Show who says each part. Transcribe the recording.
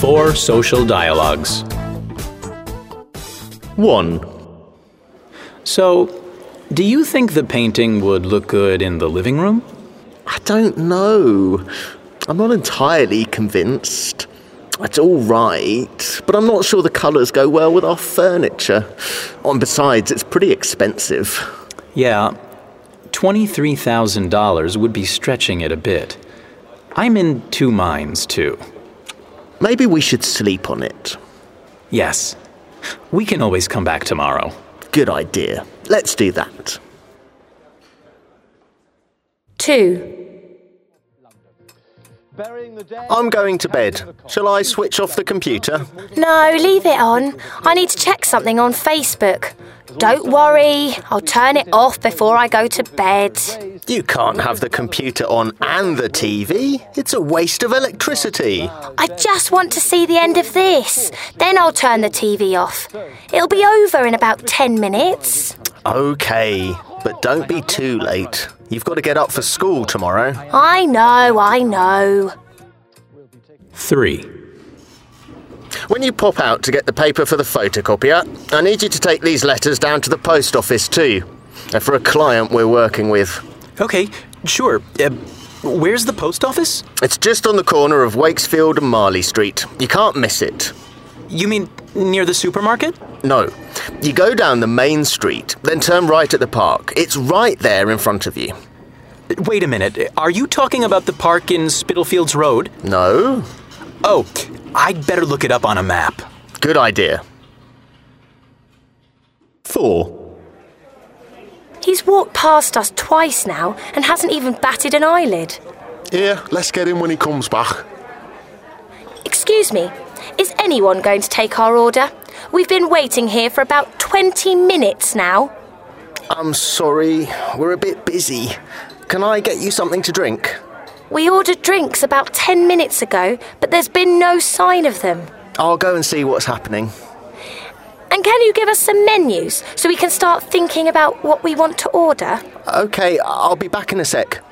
Speaker 1: Four social dialogues. 1. So, do you think the painting would look good in the living room?
Speaker 2: I don't know. I'm not entirely convinced. It's all right, but I'm not sure the colours go well with our furniture. And besides, it's pretty expensive.
Speaker 1: Yeah, $23,000 would be stretching it a bit. I'm in two minds, too.
Speaker 2: Maybe we should sleep on it.
Speaker 1: Yes, we can always come back tomorrow.
Speaker 2: Good idea. Let's do that.
Speaker 3: 2.
Speaker 2: I'm going to bed. Shall I switch off the computer?
Speaker 3: No, leave it on. I need to check something on Facebook. Don't worry, I'll turn it off before I go to bed.
Speaker 2: You can't have the computer on and the TV. It's a waste of electricity.
Speaker 3: I just want to see the end of this. Then I'll turn the TV off. It'll be over in about 10 minutes.
Speaker 2: Okay, but don't be too late. You've got to get up for school tomorrow.
Speaker 3: I know, I know.
Speaker 1: 3.
Speaker 2: When you pop out to get the paper for the photocopier, I need you to take these letters down to the post office too. They're for a client we're working with.
Speaker 1: Okay, sure. Uh, where's the post office?
Speaker 2: It's just on the corner of Wakefield and Marley Street. You can't miss it.
Speaker 1: You mean near the supermarket?
Speaker 2: No. You go down the main street, then turn right at the park. It's right there in front of you.
Speaker 1: Wait a minute. Are you talking about the park in Spitalfields Road?
Speaker 2: No?
Speaker 1: Oh, I'd better look it up on a map.
Speaker 2: Good idea.
Speaker 1: 4.
Speaker 3: He's walked past us twice now and hasn't even batted an eyelid.
Speaker 4: Yeah, let's get him when he comes back.
Speaker 3: Excuse me, is anyone going to take our order? We've been waiting here for about 20 minutes now.
Speaker 2: I'm sorry, we're a bit busy. Can I get you something to drink?
Speaker 3: We ordered drinks about 10 minutes ago, but there's been no sign of them.
Speaker 2: I'll go and see what's happening.
Speaker 3: And can you give us some menus so we can start thinking about what we want to order?
Speaker 2: Okay, I'll be back in a sec.